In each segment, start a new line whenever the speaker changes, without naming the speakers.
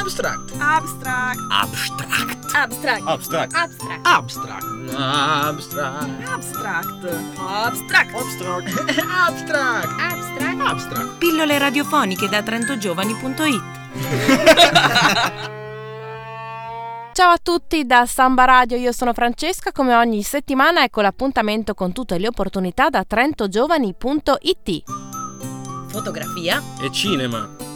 Abstract.
Abstract.
Abstract.
Abstract.
Abstract.
Abstract.
Abstract.
Abstract.
Abstract.
Abstract.
Abstract.
Abstract.
Abstract.
Abstract.
Pillole radiofoniche da trentogiovani.it
Ciao a tutti da Samba Radio, io sono Francesca, come ogni settimana ecco l'appuntamento con tutte le opportunità da trentogiovani.it.
Fotografia
E cinema.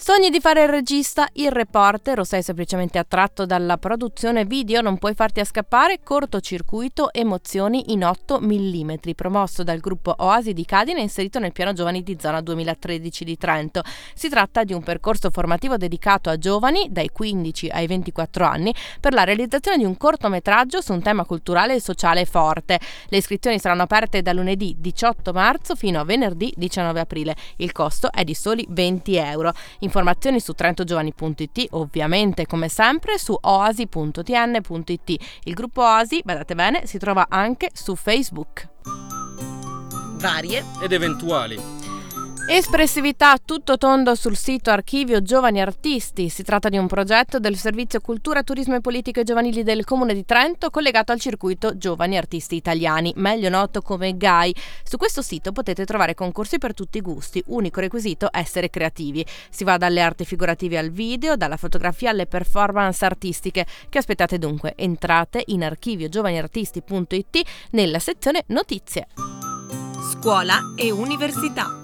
Sogni di fare il regista, il reporter o sei semplicemente attratto dalla produzione video, non puoi farti a scappare, cortocircuito, emozioni in 8 mm, promosso dal gruppo Oasi di Cadine e inserito nel piano giovani di zona 2013 di Trento. Si tratta di un percorso formativo dedicato a giovani dai 15 ai 24 anni per la realizzazione di un cortometraggio su un tema culturale e sociale forte. Le iscrizioni saranno aperte da lunedì 18 marzo fino a venerdì 19 aprile. Il costo è di soli 20 euro. Informazioni su trentogiovani.it, ovviamente come sempre su oasi.tn.it. Il gruppo Oasi, badate bene, si trova anche su Facebook.
Varie
Ed eventuali.
Espressività a tutto tondo sul sito Archivio Giovani Artisti. Si tratta di un progetto del Servizio Cultura, Turismo e Politiche Giovanili del Comune di Trento collegato al circuito Giovani Artisti Italiani, meglio noto come GAI. Su questo sito potete trovare concorsi per tutti i gusti, unico requisito essere creativi. Si va dalle arti figurative al video, dalla fotografia alle performance artistiche. Che aspettate dunque? Entrate in archiviogiovaniartisti.it nella sezione Notizie.
Scuola e università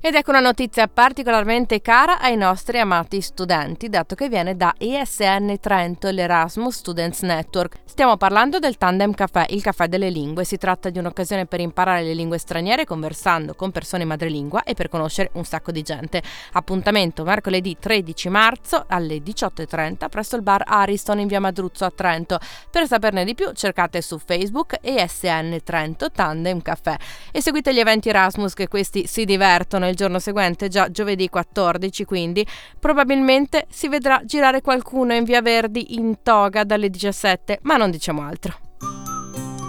Ed ecco una notizia particolarmente cara ai nostri amati studenti, dato che viene da ESN Trento, l'Erasmus Students Network. Stiamo parlando del Tandem Café, il caffè delle lingue. Si tratta di un'occasione per imparare le lingue straniere conversando con persone madrelingua e per conoscere un sacco di gente. Appuntamento mercoledì 13 marzo alle 18.30 presso il bar Ariston in via Madruzzo a Trento. Per saperne di più cercate su Facebook ESN Trento Tandem Café e seguite gli eventi Erasmus che questi si divertono il giorno seguente, già giovedì 14, quindi probabilmente si vedrà girare qualcuno in via Verdi in toga dalle 17, ma non diciamo altro.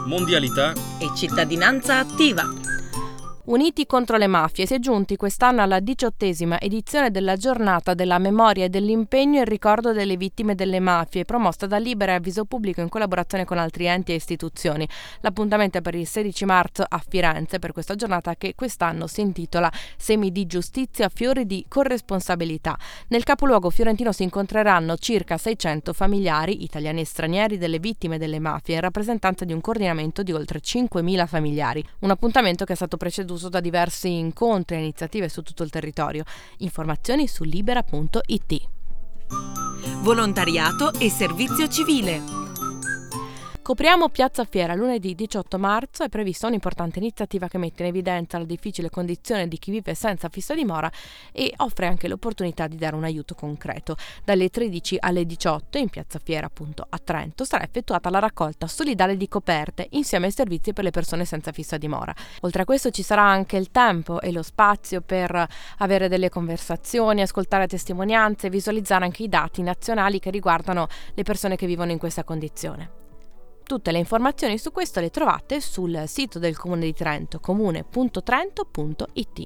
Mondialità.
e cittadinanza attiva.
Uniti contro le mafie si è giunti quest'anno alla diciottesima edizione della giornata della memoria e dell'impegno in ricordo delle vittime delle mafie, promossa da Libera e Avviso Pubblico in collaborazione con altri enti e istituzioni. L'appuntamento è per il 16 marzo a Firenze per questa giornata che quest'anno si intitola Semi di giustizia, fiori di corresponsabilità. Nel capoluogo fiorentino si incontreranno circa 600 familiari, italiani e stranieri, delle vittime delle mafie, in rappresentanza di un coordinamento di oltre 5.000 familiari. Un appuntamento che è stato preceduto da diversi incontri e iniziative su tutto il territorio. Informazioni su libera.it.
Volontariato e servizio civile.
Copriamo Piazza Fiera lunedì 18 marzo è prevista un'importante iniziativa che mette in evidenza la difficile condizione di chi vive senza fissa dimora e offre anche l'opportunità di dare un aiuto concreto. Dalle 13 alle 18 in Piazza Fiera appunto a Trento sarà effettuata la raccolta solidale di coperte insieme ai servizi per le persone senza fissa dimora. Oltre a questo ci sarà anche il tempo e lo spazio per avere delle conversazioni, ascoltare testimonianze e visualizzare anche i dati nazionali che riguardano le persone che vivono in questa condizione. Tutte le informazioni su questo le trovate sul sito del Comune di Trento, comune.trento.it.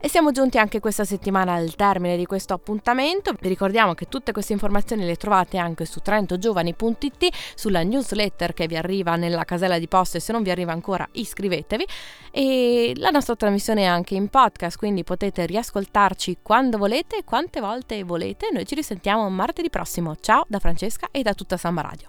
E siamo giunti anche questa settimana al termine di questo appuntamento. Vi ricordiamo che tutte queste informazioni le trovate anche su trentogiovani.it, sulla newsletter che vi arriva nella casella di posta e se non vi arriva ancora iscrivetevi. E la nostra trasmissione è anche in podcast, quindi potete riascoltarci quando volete e quante volte volete. Noi ci risentiamo martedì prossimo. Ciao da Francesca e da tutta Samba Radio.